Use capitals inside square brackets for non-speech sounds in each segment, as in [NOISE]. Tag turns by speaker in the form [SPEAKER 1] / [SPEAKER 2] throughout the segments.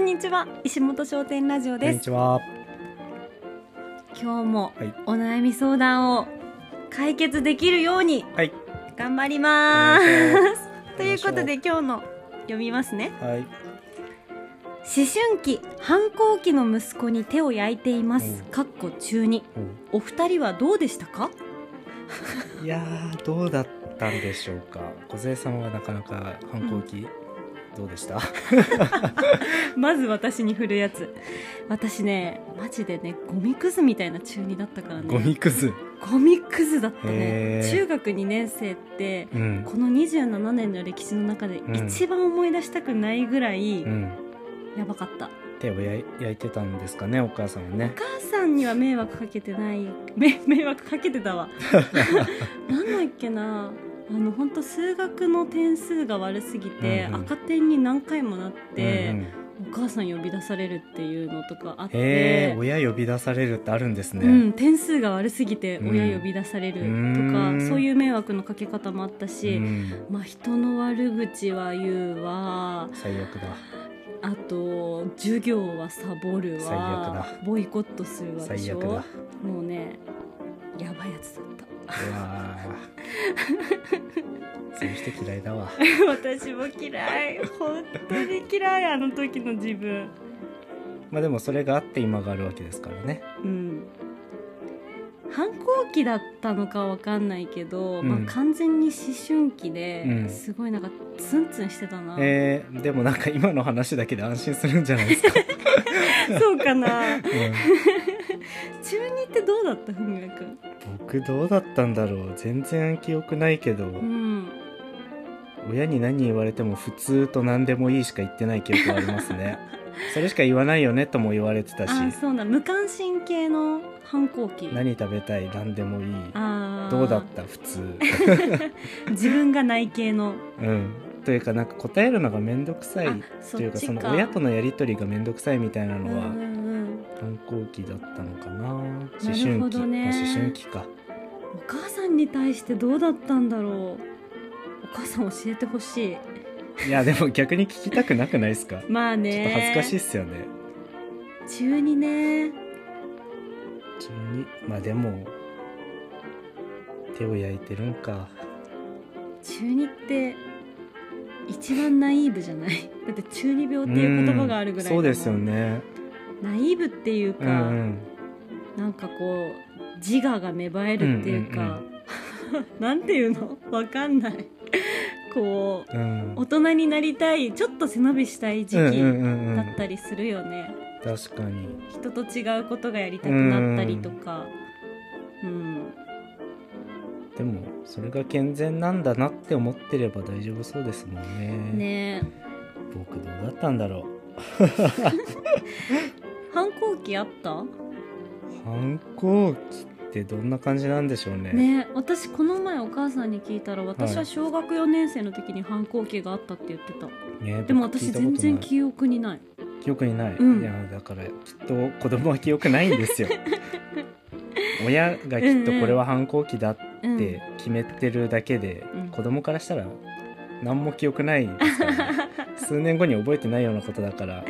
[SPEAKER 1] にちは石本商店ラジオ
[SPEAKER 2] こん
[SPEAKER 1] で
[SPEAKER 2] に
[SPEAKER 1] す
[SPEAKER 2] ちは。
[SPEAKER 1] 今日も
[SPEAKER 2] はい。
[SPEAKER 1] お悩み相談を解決できるように
[SPEAKER 2] はい。
[SPEAKER 1] 頑張ります
[SPEAKER 2] お願い
[SPEAKER 1] ということで今日の読みますね
[SPEAKER 2] はい。
[SPEAKER 1] 思春期反抗期の息子に手を焼いています
[SPEAKER 2] うん
[SPEAKER 1] かっこ中に
[SPEAKER 2] う
[SPEAKER 1] お二人はどうでしたか [LAUGHS]
[SPEAKER 2] んいやー、どうだったんでしょうか。梢さんはなかなか反抗期。どうでした。
[SPEAKER 1] まず私に振るやつ私ねマジでねゴミくずみたいな中二だったからね
[SPEAKER 2] ゴミくず。
[SPEAKER 1] ゴミくずだった
[SPEAKER 2] へ
[SPEAKER 1] ね
[SPEAKER 2] ー
[SPEAKER 1] 中学2年生って
[SPEAKER 2] うん。
[SPEAKER 1] この27年の歴史の中で
[SPEAKER 2] うん
[SPEAKER 1] 一番思い出したくないぐらい
[SPEAKER 2] うん。
[SPEAKER 1] やばかった、
[SPEAKER 2] 手をやい焼いてたんですかね、お母さんはね
[SPEAKER 1] お。母さんには迷惑かけてない [LAUGHS] め迷惑かけてた
[SPEAKER 2] [LAUGHS]
[SPEAKER 1] わなんだっけなあの本当数学の点数が悪すぎて、
[SPEAKER 2] うんうん
[SPEAKER 1] 赤点に何回もなっ
[SPEAKER 2] うん
[SPEAKER 1] て、
[SPEAKER 2] うん
[SPEAKER 1] お母さん呼び出されるっていうのとかあっ
[SPEAKER 2] へ
[SPEAKER 1] て
[SPEAKER 2] え、、親呼び出されるってあるんですね。
[SPEAKER 1] うん、点数が悪すぎて
[SPEAKER 2] うん
[SPEAKER 1] 親呼び出されるとか、
[SPEAKER 2] うん
[SPEAKER 1] そういう迷惑のかけ方もあった
[SPEAKER 2] う
[SPEAKER 1] し、
[SPEAKER 2] ん。
[SPEAKER 1] まあ人の悪口は言うわ
[SPEAKER 2] 最
[SPEAKER 1] [LAUGHS]
[SPEAKER 2] 悪だ。
[SPEAKER 1] あと授業はサボる
[SPEAKER 2] 最
[SPEAKER 1] わ
[SPEAKER 2] 悪
[SPEAKER 1] ボイコットするわで
[SPEAKER 2] 最
[SPEAKER 1] しょ
[SPEAKER 2] 悪だ。うわ
[SPEAKER 1] もうねやばいやつだった
[SPEAKER 2] ー。そういう人嫌いだわ。
[SPEAKER 1] [LAUGHS] 私も嫌い本当に嫌いあの時の自分
[SPEAKER 2] まあ、でも、それがあって、今があるわけですからね。
[SPEAKER 1] うん反抗期だったのかわかんないけど、
[SPEAKER 2] うん
[SPEAKER 1] まあ、完全に思春期
[SPEAKER 2] う
[SPEAKER 1] で
[SPEAKER 2] ん
[SPEAKER 1] すごいなんかツンツンしてたな、
[SPEAKER 2] えー、でもなんか今の話だけで安心するんじゃないですか、
[SPEAKER 1] そうか [LAUGHS] な
[SPEAKER 2] う
[SPEAKER 1] 中二ってどうだった文也君
[SPEAKER 2] ん、 [LAUGHS] 僕どうだったんだろう全然記憶ないけど、
[SPEAKER 1] うん
[SPEAKER 2] 親に何言われても普通と何でもいいしか言ってない記憶はあります [LAUGHS] ねそれしか言わないよねとも言われてたし
[SPEAKER 1] あそうだ無関心系の反抗期
[SPEAKER 2] 何食べたい何でもいい
[SPEAKER 1] あー
[SPEAKER 2] どうだった普通 [LAUGHS]
[SPEAKER 1] 自分がない系の
[SPEAKER 2] うんというかなんか答えるのが面倒くさい
[SPEAKER 1] あそ
[SPEAKER 2] という
[SPEAKER 1] っ
[SPEAKER 2] か
[SPEAKER 1] ち
[SPEAKER 2] そ
[SPEAKER 1] か
[SPEAKER 2] の親とのやり取りが面倒くさいみたいなの
[SPEAKER 1] う
[SPEAKER 2] は
[SPEAKER 1] んうんうん
[SPEAKER 2] 反抗期だったのかな思
[SPEAKER 1] な
[SPEAKER 2] 春期
[SPEAKER 1] るほどね
[SPEAKER 2] まあ思春期か
[SPEAKER 1] お母さんに対してどうだったんだろうお母さん教えてほしい
[SPEAKER 2] いやでも逆に聞きたくなくないですか
[SPEAKER 1] まあね
[SPEAKER 2] ちょっと恥ずかしいっすよね。
[SPEAKER 1] い中二ね
[SPEAKER 2] 中にまあでも手を焼いてるんか。
[SPEAKER 1] 中二って一番ナイーブじゃないだって中二病っていう言葉があるぐらいだ
[SPEAKER 2] う
[SPEAKER 1] も
[SPEAKER 2] ん
[SPEAKER 1] ん
[SPEAKER 2] そうですよね。
[SPEAKER 1] ナイーブっていうか、
[SPEAKER 2] うんうん。
[SPEAKER 1] なんかこう自我が芽生えるっていうか、 [LAUGHS] なんていうのわかんないこう
[SPEAKER 2] うん。
[SPEAKER 1] 大人になりたいちょっと背伸びしたい時
[SPEAKER 2] うんう
[SPEAKER 1] 期
[SPEAKER 2] んうんうん
[SPEAKER 1] だったりするよね、
[SPEAKER 2] 確かに。
[SPEAKER 1] 人と違うことがやりたくなったりとかうん、
[SPEAKER 2] でもそれが健全なんだなって思ってれば大丈夫そうですもんね。
[SPEAKER 1] ねえ
[SPEAKER 2] 僕どうだったんだろう。
[SPEAKER 1] 反抗期あった
[SPEAKER 2] 反抗期ってどんな感じなんでしょうね。
[SPEAKER 1] ねえ私この前お母さんに聞いたら私は小学4年生の時に反抗期があったって言ってた、
[SPEAKER 2] ね
[SPEAKER 1] でも
[SPEAKER 2] 僕聞
[SPEAKER 1] 私
[SPEAKER 2] いたこと
[SPEAKER 1] 全
[SPEAKER 2] ない
[SPEAKER 1] 然記憶にない
[SPEAKER 2] 記憶にない、
[SPEAKER 1] うん
[SPEAKER 2] いやだからきっと子供は記憶ないんで
[SPEAKER 1] [LAUGHS]
[SPEAKER 2] すよ親がきっとこれは反抗期だっ
[SPEAKER 1] うん
[SPEAKER 2] て決めてるだけで、
[SPEAKER 1] うん
[SPEAKER 2] 子供からしたら何も記憶ないで
[SPEAKER 1] [LAUGHS]
[SPEAKER 2] すからね、数年後に覚えてないようなことだから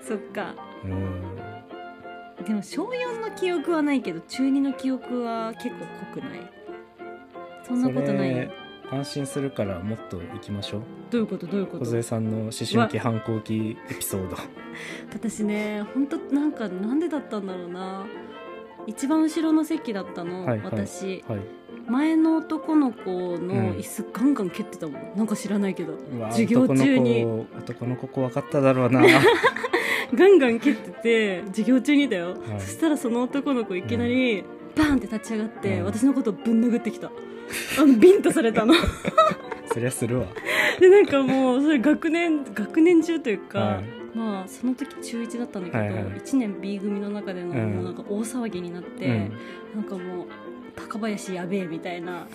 [SPEAKER 1] そっか
[SPEAKER 2] うん
[SPEAKER 1] でも小4の記憶はないけど中2の記憶は結構濃くないそんなことない
[SPEAKER 2] それ安心するからもっと行きましょう
[SPEAKER 1] どういうことどういうこ
[SPEAKER 2] 小
[SPEAKER 1] と
[SPEAKER 2] 杉さんの思春期反抗期エ
[SPEAKER 1] [LAUGHS]
[SPEAKER 2] ピソード
[SPEAKER 1] 私ね本当なんかなんでだったんだろうな一番後ろの席だったの、
[SPEAKER 2] はいはい
[SPEAKER 1] 私
[SPEAKER 2] はい
[SPEAKER 1] 前の男の子
[SPEAKER 2] うん
[SPEAKER 1] の椅子ガンガン蹴ってたもん、なんか知らないけど
[SPEAKER 2] うわ
[SPEAKER 1] 授業中に
[SPEAKER 2] 男の子男の子怖かっただろう
[SPEAKER 1] [LAUGHS]
[SPEAKER 2] な
[SPEAKER 1] ガンガン蹴ってて授業中にだよ、
[SPEAKER 2] はい
[SPEAKER 1] そしたらその男の子いきなり、バーンって立ち上がって、
[SPEAKER 2] うん
[SPEAKER 1] 私のことをぶん殴ってきたあのビンタされたの
[SPEAKER 2] そりゃするわ
[SPEAKER 1] でなんかもうそれ学年学年中というか、
[SPEAKER 2] はい
[SPEAKER 1] まあその時中1だったんだけど、
[SPEAKER 2] はいはい
[SPEAKER 1] 1年 B 組の中での、
[SPEAKER 2] うん
[SPEAKER 1] なんか大騒ぎになって、
[SPEAKER 2] うん
[SPEAKER 1] なんかもう高林やべえみたいな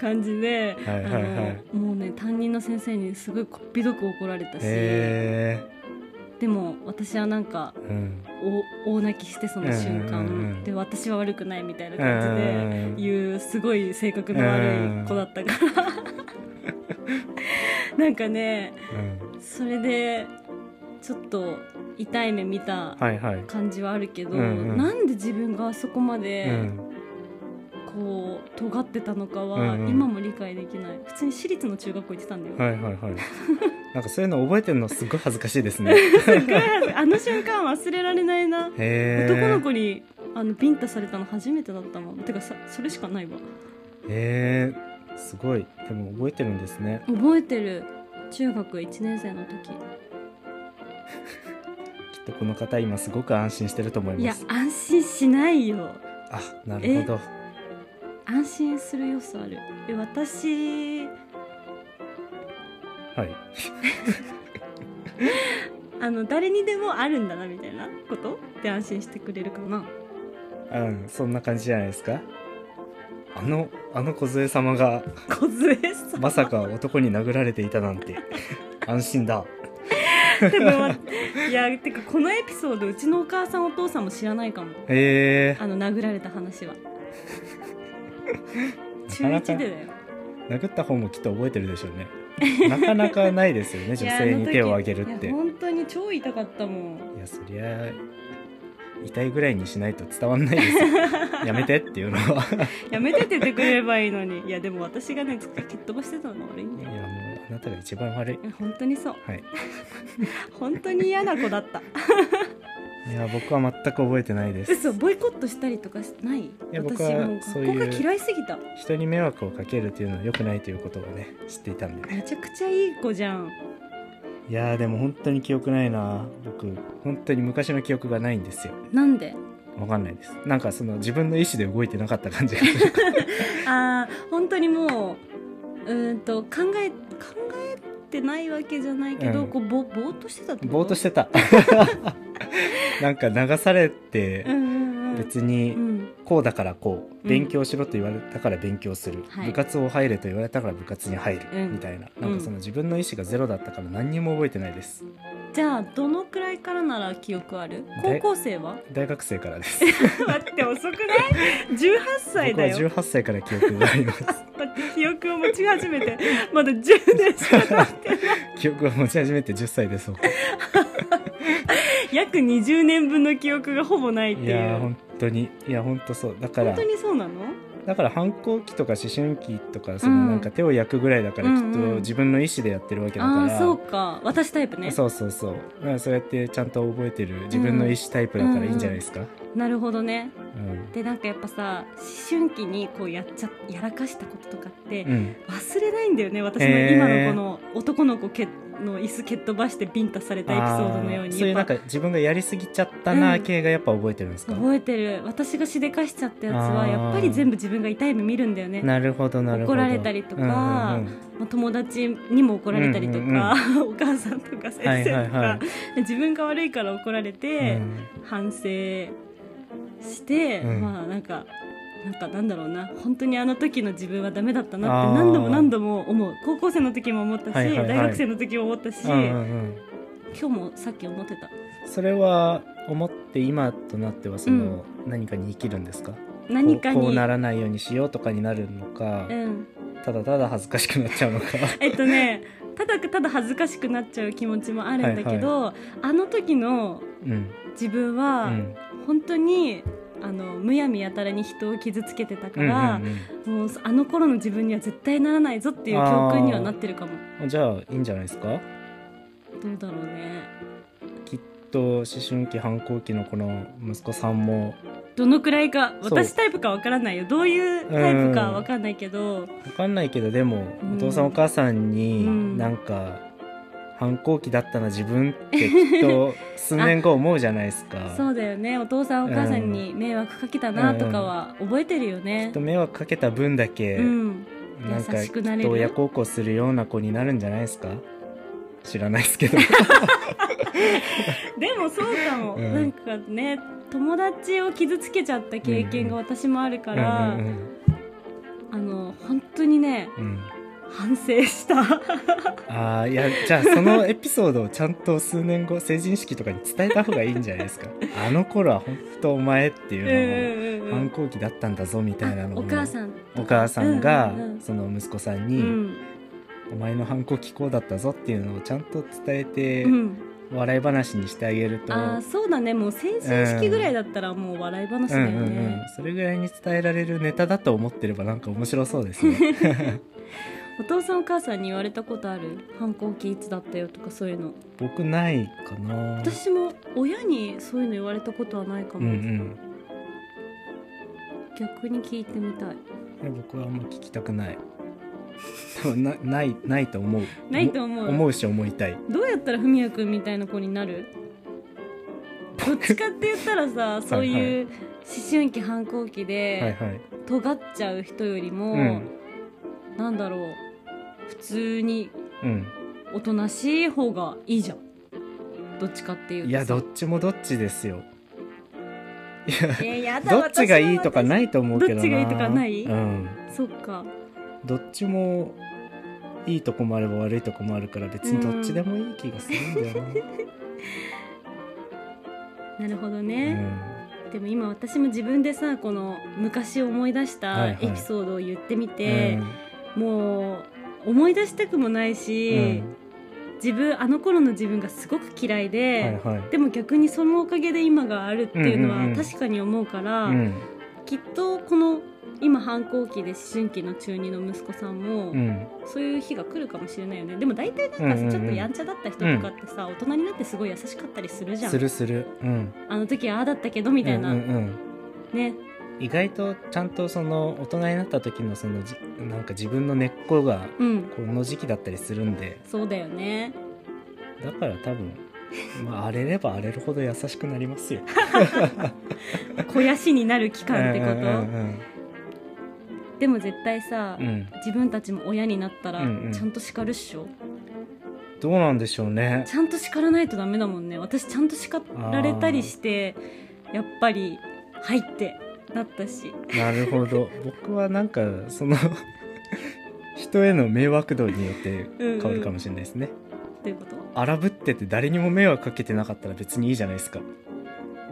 [SPEAKER 1] 感じで、
[SPEAKER 2] はいはいはい
[SPEAKER 1] あのもうね担任の先生にすごいこっぴどく怒られたし、
[SPEAKER 2] へえ
[SPEAKER 1] でも私はなんか
[SPEAKER 2] うん
[SPEAKER 1] お大泣きしてその瞬間、
[SPEAKER 2] うんうんうん
[SPEAKER 1] で私は悪くないみたいな感じで言うすごい性
[SPEAKER 2] [LAUGHS]
[SPEAKER 1] 格の悪い子だったから、なんかね
[SPEAKER 2] うん
[SPEAKER 1] それでちょっと痛い目見た
[SPEAKER 2] はいはい。
[SPEAKER 1] 感じはあるけど、
[SPEAKER 2] うんうん
[SPEAKER 1] なんで自分があそこま
[SPEAKER 2] う
[SPEAKER 1] で
[SPEAKER 2] ん。
[SPEAKER 1] こう尖ってたのか
[SPEAKER 2] う
[SPEAKER 1] は
[SPEAKER 2] んうん
[SPEAKER 1] 今も理解できない、普通に私立の中学校行ってたんだよ、
[SPEAKER 2] はいはいはい。なんかそういうの覚えてるのすごい恥ずかしいです
[SPEAKER 1] [LAUGHS]
[SPEAKER 2] ね。
[SPEAKER 1] すっごい恥ずあの瞬間忘れられないな
[SPEAKER 2] へー
[SPEAKER 1] 男の子にあのビンタされたの初めてだったもんてかさそれしかないわ
[SPEAKER 2] へえすごいでも覚えてるんですね
[SPEAKER 1] 覚えてる中学1年生の時
[SPEAKER 2] きっとこの方今すごく安心してると思い
[SPEAKER 1] い
[SPEAKER 2] ま
[SPEAKER 1] や
[SPEAKER 2] す
[SPEAKER 1] 安心しないよ
[SPEAKER 2] あなるほど
[SPEAKER 1] 安心する要素あるえ私
[SPEAKER 2] はい
[SPEAKER 1] あの誰にでもあるんだなみたいなことで安心してくれるかな
[SPEAKER 2] うんそんな感じじゃないですかあのあの梢様が
[SPEAKER 1] 小杖さん
[SPEAKER 2] まさか男に殴られていたなんて [LAUGHS] 安心だ
[SPEAKER 1] でもま [LAUGHS] いやてかこのエピソードうちのお母さんお父さんも知らないかも
[SPEAKER 2] へえ
[SPEAKER 1] あの殴られた話は中
[SPEAKER 2] なか
[SPEAKER 1] 1
[SPEAKER 2] なか
[SPEAKER 1] でだよ
[SPEAKER 2] 殴った方もきっと覚えてるでしょうねなかなかないですよね
[SPEAKER 1] [LAUGHS]
[SPEAKER 2] 女
[SPEAKER 1] いや
[SPEAKER 2] 性に手を挙げるって
[SPEAKER 1] あの時いや本当に超痛かったもん
[SPEAKER 2] いやそりゃ痛いぐらいにしないと伝わんな
[SPEAKER 1] [LAUGHS]
[SPEAKER 2] いですよやめてっていうのは
[SPEAKER 1] やめてって言ってくれればいいのにいやでも私がねつ蹴っ飛ばしてたの悪いん
[SPEAKER 2] い
[SPEAKER 1] だ
[SPEAKER 2] や
[SPEAKER 1] よ
[SPEAKER 2] もうあなたが一番悪い
[SPEAKER 1] いや本当にそう
[SPEAKER 2] はい
[SPEAKER 1] 本当に嫌な子だった
[SPEAKER 2] [LAUGHS] いや僕は全く覚えてないです
[SPEAKER 1] 嘘ボイコットしたりとかしない
[SPEAKER 2] や僕
[SPEAKER 1] 私
[SPEAKER 2] は
[SPEAKER 1] もう
[SPEAKER 2] そう
[SPEAKER 1] 学
[SPEAKER 2] いう
[SPEAKER 1] 校が嫌いすぎた
[SPEAKER 2] 人に迷惑をかけるというのは良くないということをね知っていたんで
[SPEAKER 1] めちゃくちゃいい子じゃん
[SPEAKER 2] いやーでも本当に記憶ないな僕本当に昔の記憶がないんですよ
[SPEAKER 1] なんで
[SPEAKER 2] わかんないですなんかその自分の意思で動いてなかった感じがする
[SPEAKER 1] あー本当にもううーんと考え考えてないわけじゃないけど、
[SPEAKER 2] うん
[SPEAKER 1] こうぼぼーっとしてたってこと
[SPEAKER 2] ぼーっとして
[SPEAKER 1] [LAUGHS]
[SPEAKER 2] てたなんか流されて
[SPEAKER 1] うんうんうん
[SPEAKER 2] 別
[SPEAKER 1] う
[SPEAKER 2] に
[SPEAKER 1] ん
[SPEAKER 2] こうだからこ
[SPEAKER 1] う
[SPEAKER 2] うん勉強しろと言われたから勉強する、
[SPEAKER 1] はい
[SPEAKER 2] 部活を入れと言われたから部活に入
[SPEAKER 1] う
[SPEAKER 2] る
[SPEAKER 1] ん
[SPEAKER 2] みたいな、なんかその自分の意思がゼロだったから何にも覚えてないです
[SPEAKER 1] じゃあどのくらいからなら記憶ある高
[SPEAKER 2] で
[SPEAKER 1] 校生
[SPEAKER 2] [LAUGHS]
[SPEAKER 1] は
[SPEAKER 2] 大学生か
[SPEAKER 1] [LAUGHS]
[SPEAKER 2] らです
[SPEAKER 1] 待って遅くない ?18 歳
[SPEAKER 2] 僕
[SPEAKER 1] だ
[SPEAKER 2] は
[SPEAKER 1] よ
[SPEAKER 2] 18歳から記憶があります
[SPEAKER 1] [LAUGHS] だって記憶を持ち始めてまだ10年しか経って [LAUGHS] ない
[SPEAKER 2] 記憶を持ち始めて10歳で
[SPEAKER 1] [LAUGHS]
[SPEAKER 2] す僕
[SPEAKER 1] 約20年分の記憶がほぼないってい
[SPEAKER 2] いうやー
[SPEAKER 1] 本
[SPEAKER 2] 本当にいや本当そうだから
[SPEAKER 1] 当にそうなの
[SPEAKER 2] だから反抗期とか思春期とかそうの
[SPEAKER 1] ん
[SPEAKER 2] なんか手を焼くぐらいだから
[SPEAKER 1] う
[SPEAKER 2] き
[SPEAKER 1] ん
[SPEAKER 2] っと
[SPEAKER 1] うん
[SPEAKER 2] 自分の意思でやってるわけだ
[SPEAKER 1] あ
[SPEAKER 2] か
[SPEAKER 1] あ
[SPEAKER 2] ら、
[SPEAKER 1] ーそうか私タイプね
[SPEAKER 2] そうそうそうだからそうやってちゃんと覚えてる自分の意思タイプだからいいんじゃないですか、
[SPEAKER 1] なるほどね
[SPEAKER 2] うん
[SPEAKER 1] でなんかやっぱさ思春期にこうやっちゃやらかしたこととかって
[SPEAKER 2] うん
[SPEAKER 1] 忘れないんだよね私の
[SPEAKER 2] へー
[SPEAKER 1] 今のこの男の子けの椅子蹴っ飛ばしてビンタされたエピソードのよう
[SPEAKER 2] あー
[SPEAKER 1] に
[SPEAKER 2] そういうな
[SPEAKER 1] やっ
[SPEAKER 2] ん
[SPEAKER 1] ぱ
[SPEAKER 2] か自分がやりすぎちゃったな
[SPEAKER 1] うん
[SPEAKER 2] 系がやっぱ覚えてるんですか、
[SPEAKER 1] 覚えてる私がしでかしちゃったやつ
[SPEAKER 2] あ
[SPEAKER 1] は
[SPEAKER 2] ー
[SPEAKER 1] やっぱり全部自分が痛い目見るんだよね、ま
[SPEAKER 2] なるほどなるほど
[SPEAKER 1] 怒られたりとか
[SPEAKER 2] うんうんうん
[SPEAKER 1] あ、友達にも怒られたりとか、
[SPEAKER 2] うんうんうん
[SPEAKER 1] [LAUGHS] お母さんとか先
[SPEAKER 2] はい
[SPEAKER 1] 生とか、
[SPEAKER 2] はいはい
[SPEAKER 1] 自分が悪いから怒られて、
[SPEAKER 2] うん
[SPEAKER 1] 反省して、
[SPEAKER 2] うん
[SPEAKER 1] まあなんかなんかなんだろうな本当にあの時の自分はダメだったなっ
[SPEAKER 2] あ
[SPEAKER 1] て
[SPEAKER 2] ー
[SPEAKER 1] 何度も何度も思う高校生の時も思ったし、
[SPEAKER 2] はいはいはい
[SPEAKER 1] 大学生の時も思ったし、
[SPEAKER 2] うんうんうん
[SPEAKER 1] 今日もさっき思ってた
[SPEAKER 2] それは思って今となってはその何かに生きるんですか、
[SPEAKER 1] 何かに
[SPEAKER 2] こうこうならないようにしようとかになるのか、
[SPEAKER 1] うん、
[SPEAKER 2] ただただ恥ずかしくなっちゃうのか [LAUGHS]
[SPEAKER 1] えっとねただただ恥ずかしくなっちゃう気持ちもあるんだけど、あの時の
[SPEAKER 2] うん、
[SPEAKER 1] 自分
[SPEAKER 2] う
[SPEAKER 1] は
[SPEAKER 2] ん、
[SPEAKER 1] 本当に、あのむやみやたらに人を傷つけてたか
[SPEAKER 2] うん
[SPEAKER 1] ら、
[SPEAKER 2] うん
[SPEAKER 1] もうあの頃の自分には絶対ならないぞっていう教訓にはなってるかも
[SPEAKER 2] うんじゃあいいんじゃないですか
[SPEAKER 1] どうだろうね
[SPEAKER 2] きっと思春期反抗期のこの息子さんも
[SPEAKER 1] どのくらいか
[SPEAKER 2] そう
[SPEAKER 1] 私タイプかわからないよどういうタイプかわかんないけど
[SPEAKER 2] 分かんないけどでも、
[SPEAKER 1] うん
[SPEAKER 2] お父さんお母さんに
[SPEAKER 1] うん
[SPEAKER 2] なんか、反抗期だったな自分ってきっと数年後思うじゃないですか
[SPEAKER 1] [LAUGHS] そうだよねお父さんお母さんに迷惑かけたなとかは覚えてるよ
[SPEAKER 2] きっ
[SPEAKER 1] ね
[SPEAKER 2] と迷惑かけた分だけ、
[SPEAKER 1] うん
[SPEAKER 2] なんか
[SPEAKER 1] 優
[SPEAKER 2] き
[SPEAKER 1] し
[SPEAKER 2] っ
[SPEAKER 1] くなれる
[SPEAKER 2] と親孝行するような子になるんじゃないですか知らないですけど
[SPEAKER 1] でもそうかも
[SPEAKER 2] うん
[SPEAKER 1] なんかね友達を傷つけちゃった経験が私もあるから
[SPEAKER 2] うんうん
[SPEAKER 1] あの本当にね
[SPEAKER 2] うんうん
[SPEAKER 1] 反省した
[SPEAKER 2] ああいやじゃあそのエピソードをちゃんと数年後成人式とかに伝えた方がいいんじゃないですかあの頃は本当お前って
[SPEAKER 1] う
[SPEAKER 2] いうの
[SPEAKER 1] んう
[SPEAKER 2] も
[SPEAKER 1] んう
[SPEAKER 2] 反
[SPEAKER 1] ん
[SPEAKER 2] 抗期だったんだぞみたいな
[SPEAKER 1] あ
[SPEAKER 2] のを
[SPEAKER 1] お母さんとか
[SPEAKER 2] お母さん
[SPEAKER 1] うん
[SPEAKER 2] が
[SPEAKER 1] うんうん
[SPEAKER 2] その息子さん
[SPEAKER 1] う
[SPEAKER 2] に
[SPEAKER 1] ん
[SPEAKER 2] お前の反抗期こうだったぞっていうのをちゃんと伝えて、
[SPEAKER 1] うん、
[SPEAKER 2] 笑い話にしてあげると
[SPEAKER 1] あーそうだねもう成人式ぐらいだったらもう笑い話
[SPEAKER 2] う
[SPEAKER 1] だ
[SPEAKER 2] ん
[SPEAKER 1] よ
[SPEAKER 2] うんうん
[SPEAKER 1] ね、、
[SPEAKER 2] それぐらいに伝えられるネタだと思ってればなんか面白そうで
[SPEAKER 1] [LAUGHS]
[SPEAKER 2] すね
[SPEAKER 1] お父さんお母さんに言われたことある反抗期いつだったよとかそういうの
[SPEAKER 2] 僕ないかな
[SPEAKER 1] 私も親にそういうの言われたことはないか
[SPEAKER 2] うん
[SPEAKER 1] も、
[SPEAKER 2] うん
[SPEAKER 1] 逆に聞いてみたい
[SPEAKER 2] いや僕はあんま聞きたくない多分なないないと思う
[SPEAKER 1] ないと思う
[SPEAKER 2] 思うし思いたい
[SPEAKER 1] どうやったら文也君みたいな子になるどっちかって言ったらさ
[SPEAKER 2] [LAUGHS]
[SPEAKER 1] そういう思春期反抗期
[SPEAKER 2] はい
[SPEAKER 1] で
[SPEAKER 2] はい、
[SPEAKER 1] 尖っちゃう人よりも、
[SPEAKER 2] うん
[SPEAKER 1] なんだろう普通に
[SPEAKER 2] うん
[SPEAKER 1] おとなしい方がいいじゃんどっちかっていうと
[SPEAKER 2] いやど
[SPEAKER 1] っ
[SPEAKER 2] っちもどっちですよ
[SPEAKER 1] えやだ
[SPEAKER 2] どっちがいいとか
[SPEAKER 1] い
[SPEAKER 2] ないと思うけどな
[SPEAKER 1] どっちがいいとかない
[SPEAKER 2] うん、
[SPEAKER 1] そっか
[SPEAKER 2] どっちもいいとこもあれば悪いとこもあるから別にどっちでもいい気がするん
[SPEAKER 1] [LAUGHS]
[SPEAKER 2] だよな、
[SPEAKER 1] なるほど
[SPEAKER 2] う
[SPEAKER 1] ね、
[SPEAKER 2] ん
[SPEAKER 1] でも今私も自分でさこの昔思い出し
[SPEAKER 2] は
[SPEAKER 1] た
[SPEAKER 2] い
[SPEAKER 1] エ
[SPEAKER 2] はい
[SPEAKER 1] ピソードを言ってみて、
[SPEAKER 2] うん
[SPEAKER 1] もう思い出したくもないし、自分あの頃の自分がすごく嫌いで、
[SPEAKER 2] うんはいはい
[SPEAKER 1] でも逆にそのおかげで今があるっていうの
[SPEAKER 2] うんうんう
[SPEAKER 1] は
[SPEAKER 2] ん
[SPEAKER 1] 確かに思うから、
[SPEAKER 2] うん
[SPEAKER 1] きっとこの今反抗期で思春期の中二の息子さんも、
[SPEAKER 2] うん
[SPEAKER 1] そういう日が来るかもしれないよねでも大体なんか
[SPEAKER 2] うんうんう
[SPEAKER 1] さ
[SPEAKER 2] ん
[SPEAKER 1] ちょっとやんちゃだった人とかってさ、大人になってすごい優しかったりするじゃ
[SPEAKER 2] す
[SPEAKER 1] ん
[SPEAKER 2] るするうん
[SPEAKER 1] あの時ああだったけどみたいな、
[SPEAKER 2] うんうんうん
[SPEAKER 1] ね
[SPEAKER 2] 意外とちゃんとその大人になった時のそのじなんか自分の根っこが
[SPEAKER 1] うん
[SPEAKER 2] この時期だったりするんで
[SPEAKER 1] そうだよね
[SPEAKER 2] だから多分、まあ、荒れれば荒れるほど優しくなりますよ。
[SPEAKER 1] 肥やしに [LAUGHS] なる期
[SPEAKER 2] うんう
[SPEAKER 1] 間ってこと、
[SPEAKER 2] ん
[SPEAKER 1] でも絶対さ、
[SPEAKER 2] うんうん
[SPEAKER 1] 自分たちも親になったら
[SPEAKER 2] うんうん
[SPEAKER 1] ちゃんと叱るっしょ、
[SPEAKER 2] どうなんでしょうね。
[SPEAKER 1] ちゃんと叱らないとダメだもんね私ちゃんと叱られたりしてやっぱり「はい」ってなったし
[SPEAKER 2] なるほど。僕はなんかその [LAUGHS] 人への迷惑度によって変わるかもしれないですね。
[SPEAKER 1] ということ
[SPEAKER 2] 荒ぶってて誰にも迷惑かけてなかったら別にいいじゃないですか。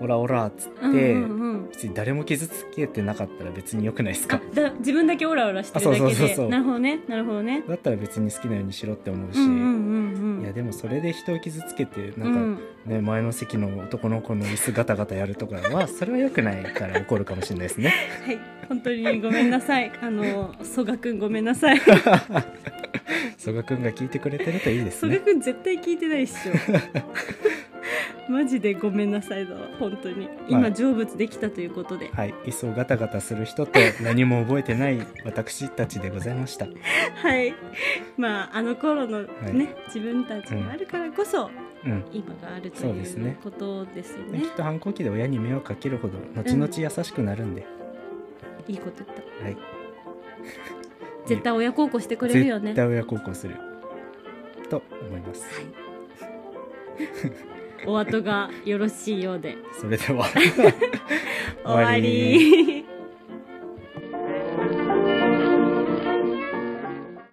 [SPEAKER 2] オラオラっつって、
[SPEAKER 1] うんうんうん
[SPEAKER 2] 別に誰も傷つけてなかったら別に良くないです
[SPEAKER 1] あ
[SPEAKER 2] か。
[SPEAKER 1] だ自分だけオラオラしてるだけで
[SPEAKER 2] あそうそうそうそう
[SPEAKER 1] [LAUGHS] なるほどねなるほどね
[SPEAKER 2] だったら別に好きなようにしろって思うし、
[SPEAKER 1] うんうんうんうん
[SPEAKER 2] いやでもそれで人を傷つけて
[SPEAKER 1] う
[SPEAKER 2] なんか
[SPEAKER 1] ん
[SPEAKER 2] ね、前の席の男の子の椅子ガタガタやるとかはそれは良くないから怒るかもしれないですね。
[SPEAKER 1] はい本当にごめんなさいあの曽我くんごめんなさい
[SPEAKER 2] 曽我くんが聞いてくれてるといいです
[SPEAKER 1] 曽我
[SPEAKER 2] ね。
[SPEAKER 1] くん絶対聞いてないっし
[SPEAKER 2] [LAUGHS]
[SPEAKER 1] ょマジでごめんなさいだわ本当に
[SPEAKER 2] は
[SPEAKER 1] 今
[SPEAKER 2] い
[SPEAKER 1] 成仏できたということで
[SPEAKER 2] はい、椅子をガタガタする人と何も覚えてない私たちでございました。
[SPEAKER 1] はいまああの頃のね、
[SPEAKER 2] はい
[SPEAKER 1] 自分たちがあるからこそ、
[SPEAKER 2] うん。
[SPEAKER 1] 今があると
[SPEAKER 2] そうです
[SPEAKER 1] い
[SPEAKER 2] ね
[SPEAKER 1] うことですよ
[SPEAKER 2] き
[SPEAKER 1] ね
[SPEAKER 2] っと反抗期で親に迷惑かけるほど後々優しくなるんで、
[SPEAKER 1] いいこと言った
[SPEAKER 2] はい。
[SPEAKER 1] 絶対親孝行してくれるよね
[SPEAKER 2] 絶対親孝行すると思います。
[SPEAKER 1] お後がよろしいようで
[SPEAKER 2] [LAUGHS] それでは
[SPEAKER 1] 終わり